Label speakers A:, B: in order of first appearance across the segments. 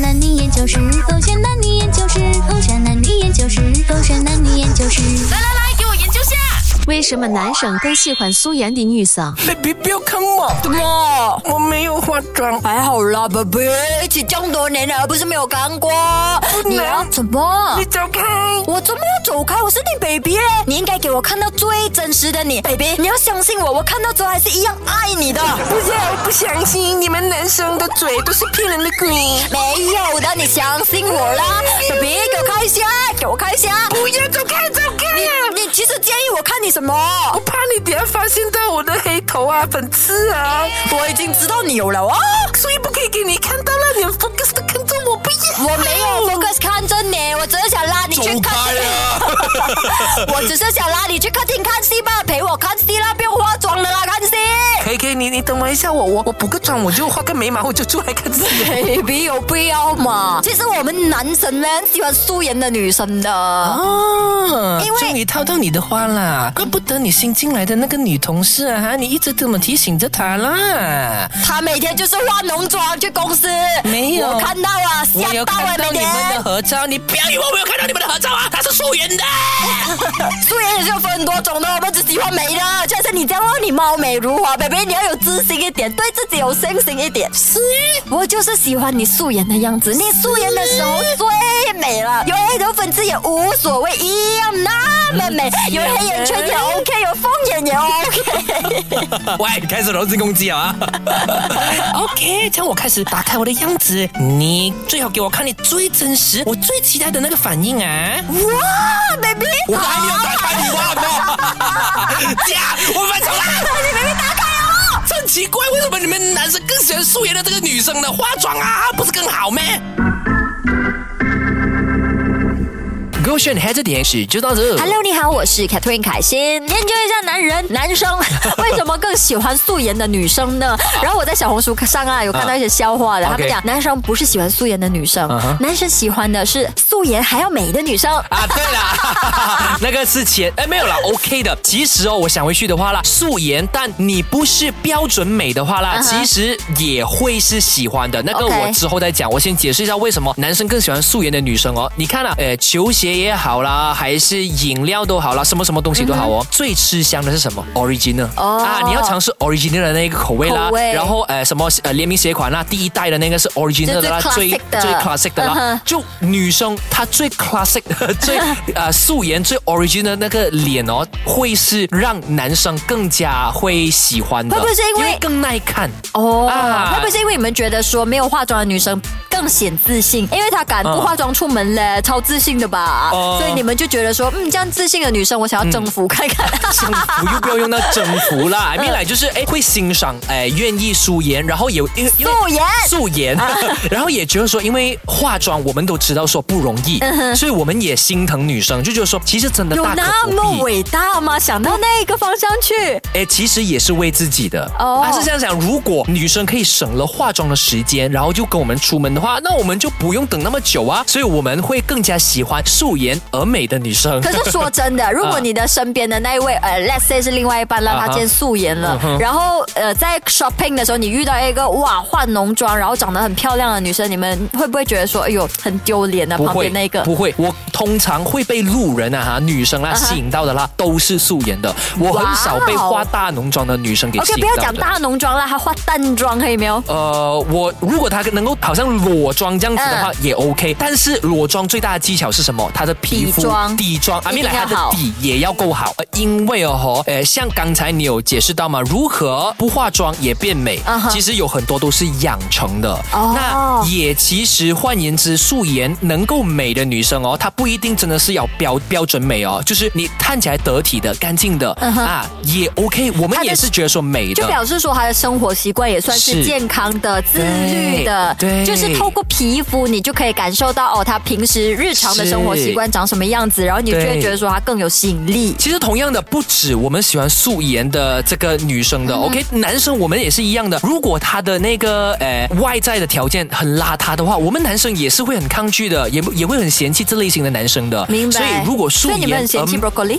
A: 男女研究室，狗血男女研究室，狗血男女研究室，狗血男女研究室。
B: 来来来，给我研究下。
C: 为什么男生更喜欢素颜的女生？
D: baby 哎不要看我，啊
E: 怎么？
D: 我没有化妆，
E: 还好啦，baby，一起这么多年了，不是没有看过。你要怎么
D: 你？走开。
E: 我怎么要走开？我是你 baby 嘞，你应该给我看到最真实的你，baby，你要相信我，我看到之后还是一样爱你的。
D: 不要，不相信你们男生的嘴都是骗人的鬼。
E: 没有的，你相信我啦，baby，给我看一下，给我看一下。
D: 不要走开，走开！
E: 你你其实介意我看你什么？
D: 我怕你等下发现到我的黑头啊、粉刺啊，
E: 我已经知道你有了啊。
D: 所以不可以给你看到了。你 focus 的看着我，不要。
E: 我没有 focus 看着你，我只是想拉你去看。
D: 啊
E: 我只是想拉你去客厅看戏吧，陪我看戏啦，不用化妆的啦，看戏。
D: K K，你你等我一下，我我我补个妆，我就画个眉毛，我就出来看戏。
E: baby 有必要吗？其实我们男生呢喜欢素颜的女生的。
D: 啊哦，
E: 因为
D: 终于套到你的花啦，怪不得你新进来的那个女同事啊，哈，你一直这么提醒着她啦。
E: 她每天就是化浓妆去公司，
D: 没有
E: 我看到啊，
D: 我有
E: 吓到
D: 看
E: 了
D: 到
E: 每
D: 你们
E: 天
D: 的。合照，你不要以为我没有看到你们的合照啊，它是素颜的。
E: 素颜也是有分多种的，我们只喜欢美的，就像你这样哦，你貌美如花，baby，你要有自信一点，对自己有信心一点。是，我就是喜欢你素颜的样子，你素颜的时候最美了，有黑头粉刺也无所谓，一样那么美，
D: 嗯
E: 有黑眼圈也
D: 哎
E: OK，有凤眼也 OK。
F: 喂，你开始人身攻击了啊！
D: OK，这样我开始打开我的样子，你最好给我看你最真实，我最期待的那个反应啊！
E: 哇，baby，
F: 我还没有打开你 哇呢，姐，我分手啦！
E: 你 baby 打开哦。
F: 这很奇怪，为什么你们男生更喜欢素颜的这个女生呢？化妆啊，不是更好咩？
D: 勾选黑着点许就到
F: 嗯
D: 这。
E: Hello，你好，我是 Catherine 凯欣。研究一下男人、男生为什么更喜欢素颜的女生呢？然后我在小红书上啊，有看到一些笑话的，他们
F: 啊 OK
E: 讲男生不是喜欢素颜的女生
F: 嗯哼
E: 男生喜欢的是素颜还要美的女生。
F: 啊，对啦， 那个是前哎没有啦 o、k 的。其实哦，我想回去的话啦，素颜，但你不是标准美的话啦
E: 嗯哼
F: 其实也会是喜欢的。那个
E: OK
F: 我之后再讲，我先解释一下为什么男生更喜欢素颜的女生哦。你看啊，呃，球鞋也好啦，还是饮料都好啦，什么什么东西都好哦。最吃香的是什么？Original、
E: 嗯哦
F: 啊，你要尝试 Original 的那个口味啦，
E: 口味
F: 然后呃什么呃联名鞋款啦，第一代的那个是 Original 的啦，
E: 就最
F: 最
E: classic 的
F: 最 classic 的啦。
E: 嗯哼
F: 就女生她最 classic 最呃素颜最 original 的那个脸哦，会是让男生更加会喜欢的，
E: 会不会是因为
F: 更耐看？
E: 哦，
F: 啊
E: 会不会是因为你们觉得说没有化妆的女生更显自信，因为她敢不化妆出门嘞，超自信的吧？
F: 啊哦
E: 所以你们就觉得说，嗯，这样自信的女生，我想要征服 看看。
F: 征服又不要用到征服啦，I mean 来就是哎会欣赏哎愿意素颜，然后有因为因为
E: 素颜
F: 素 颜， 然后也觉得说因为化妆我们都知道说不容易，
E: 嗯
F: 所以我们也心疼女生，就觉得说其实真的
E: 有
F: 大
E: 那
F: 可不
E: 么
F: 必。
E: 伟大吗？想到那个方向去。
F: 哎，其实也是为自己的。哦，
E: 哦
F: 他是这样想，如果女生可以省了化妆的时间，然后就跟我们出门的话，那我们就不用等那么久啊，所以我们会更加喜欢素颜而美的女 生。
E: 可是说真的，如果你的身边的那一位，呃，let's say 是另外一半啦，
F: 啊
E: 他
F: 哈 Uh-huh
E: 今天素颜了，然后呃，在 shopping 的时候，你遇到一个哇化浓妆，然后长得很漂亮的女生，你们会不会觉得说，哎呦，很丢脸啊？
F: 不
E: 旁
F: 会
E: 边那个，
F: 不会，我通常会被路人啊哈女生啊
E: 哈
F: 吸引到的啦，都是素颜的，我很少被
E: 哇哦
F: 化大浓妆的女生给吸
E: OK，
F: 引
E: 不
F: 到的。
E: 要讲大浓妆啦，她化淡妆可以没有？
F: 呃，我如果她能够好像裸妆这样子的话、
E: 嗯
F: 也 OK，但是裸妆最大的技巧是什么？她的皮肤
E: 底妆
F: 底妆，啊，
E: 一定
F: 没来她
E: 要好
F: 的底也要够好，呃因为哦吼，呃，像刚才你有解释到嘛，如何不化妆也变美
E: 嗯哼
F: 其实有很多都是养成的。
E: 哦
F: 那也其实换言之，素颜能够美的女生哦，她不一定真的是要标标准美哦，就是你看起来得体的、干净的、
E: 嗯哼
F: 啊也 OK，我们
E: 她的
F: 也是觉得说美的，
E: 就表示说她的生活习惯也算是
F: 是
E: 健康的、自律的，
F: 对对
E: 就是透过皮肤你就可以感受到哦，她平时日常的生活习惯长什么样子，然后你就会
F: 对
E: 觉得说她更有吸引力。
F: 其实同样的，不止我们喜欢素颜的这个女生的、o
E: 嗯
F: k 男生我们也是一样的。如果他的那个呃外在的条件很邋遢的话，我们男生也是会很抗拒的，也也会很嫌弃这类型的男生的。
E: 明白。
F: 所以如果素
E: 所以你们
F: 颜
E: 很，嫌弃
F: 嗯
E: broccoli，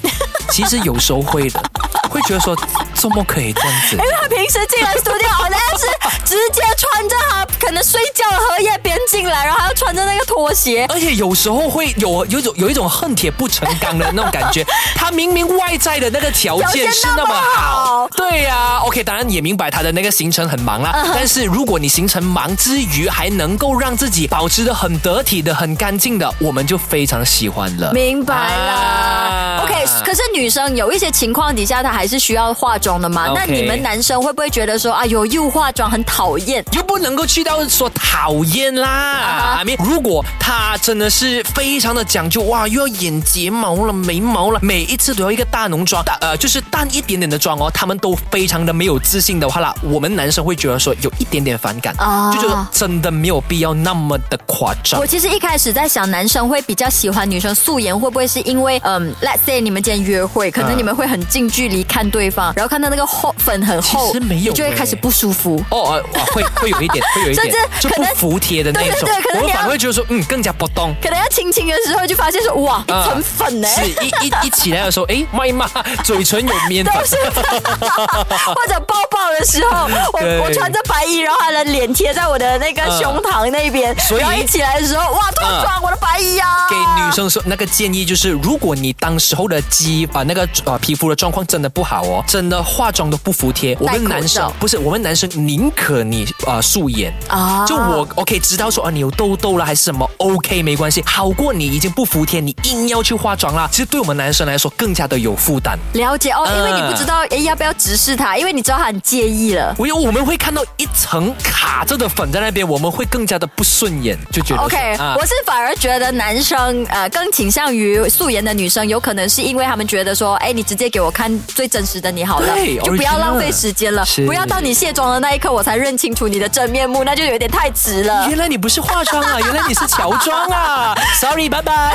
F: 其实有时候会的，会觉得说怎么可以这样子。
E: 他平时进来 studio 好像是直接穿着他可能睡觉了荷叶边进来，然后还要穿着那个拖鞋。
F: 而且有时候会有有一种有一种恨铁不成钢的那种感觉， 他明明外在的那个条件是那么好嗯
E: 条件那么好，
F: 对呀、OK，当然也明白他的那个行程很忙啦，但是如果你行程忙之余还能够让自己保持的很得体的、很干净的，我们就非常喜欢了。
E: 明白啦、
F: 啊
E: o k 可是女生有一些情况底下，她还是需要化妆的嘛
F: OK
E: 那你们男生会不会觉得说，哎呦，又化妆很讨厌？
F: 又不能够去到说讨厌啦。I
E: 啊
F: mean，如果他真的是非常的讲究，哇，又要眼睫毛了、眉毛了，每一次都要一个大浓妆，大呃就是淡一点点的妆哦，他们都非常的没有自信的话啦，我们男生会觉得说有一点点反感，
E: 啊
F: 就觉得真的没有必要那么的夸张
E: 我。其实一开始在想，男生会比较喜欢女生素颜，会不会是因为，嗯，let's say 你们今天约会，可能
F: 嗯
E: 你们会很近距离看对方，然后看到那个厚粉很厚，
F: 其实没有
E: 你就会
F: 欸
E: 开始不舒服。
F: 哦，呃哇会会有一点，会有一点，就
E: 甚至可
F: 不
E: 能
F: 服帖的那一种
E: 对对对可，能
F: 我们
E: 你要
F: 反而会觉得说，嗯，更加不 懂。
E: 可能要亲亲的时候就发现说，哇，一
F: 啊
E: 层粉欸呢、
F: 是一一一起来的时候， 哎，妈呀妈，嘴唇有面粉
E: 都，是， 或者抱抱的时候，
F: 对
E: 我我穿着白衣，然后他的脸贴在我的那个
F: 嗯
E: 胸膛那边，
F: 所以
E: 然后一起来的时候，哇，脱
F: 嗯
E: 妆，我的白衣啊！
F: 给女生说那个建议就是，如果你当时候的肌啊那个呃皮肤的状况真的不好哦，真的化妆都不服帖。我们男生
E: 口罩
F: 不是我们男生宁可你啊、呃素颜
E: 啊
F: 就我 OK 知道说啊你有痘痘了还是什么 OK 没关系，好过你已经不服帖，你硬要去化妆啦。其实对我们男生来说更加的有负担。
E: 了解哦，因为你不知道哎要不要直视他，因为你知道他很介意了。
F: 我有我们会看到一层卡着的粉在那边，我们会更加的不顺眼，就觉得说
E: OK，、
F: 啊
E: 我是反而觉得男生呃更倾向于素颜的女生，有可能是因为他们觉得说，哎，你直接给我看最真实的你好了
F: 对，
E: 就不要
F: original
E: 浪费时间了
F: 是，
E: 不要到你卸妆的那一刻我才认清楚你的真面目，那就有点太直 了。
F: 原来你不是化妆啊，原来你是乔装 啊，Sorry，拜拜。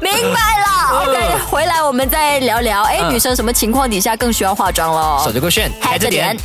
E: 明白
F: 哦
E: 了，OK，回来我们再聊聊，哎，
F: 嗯
E: 女生什么情况底下更需要化妆
F: 手
E: 咯？
F: 着勾炫，
E: 嗨这点。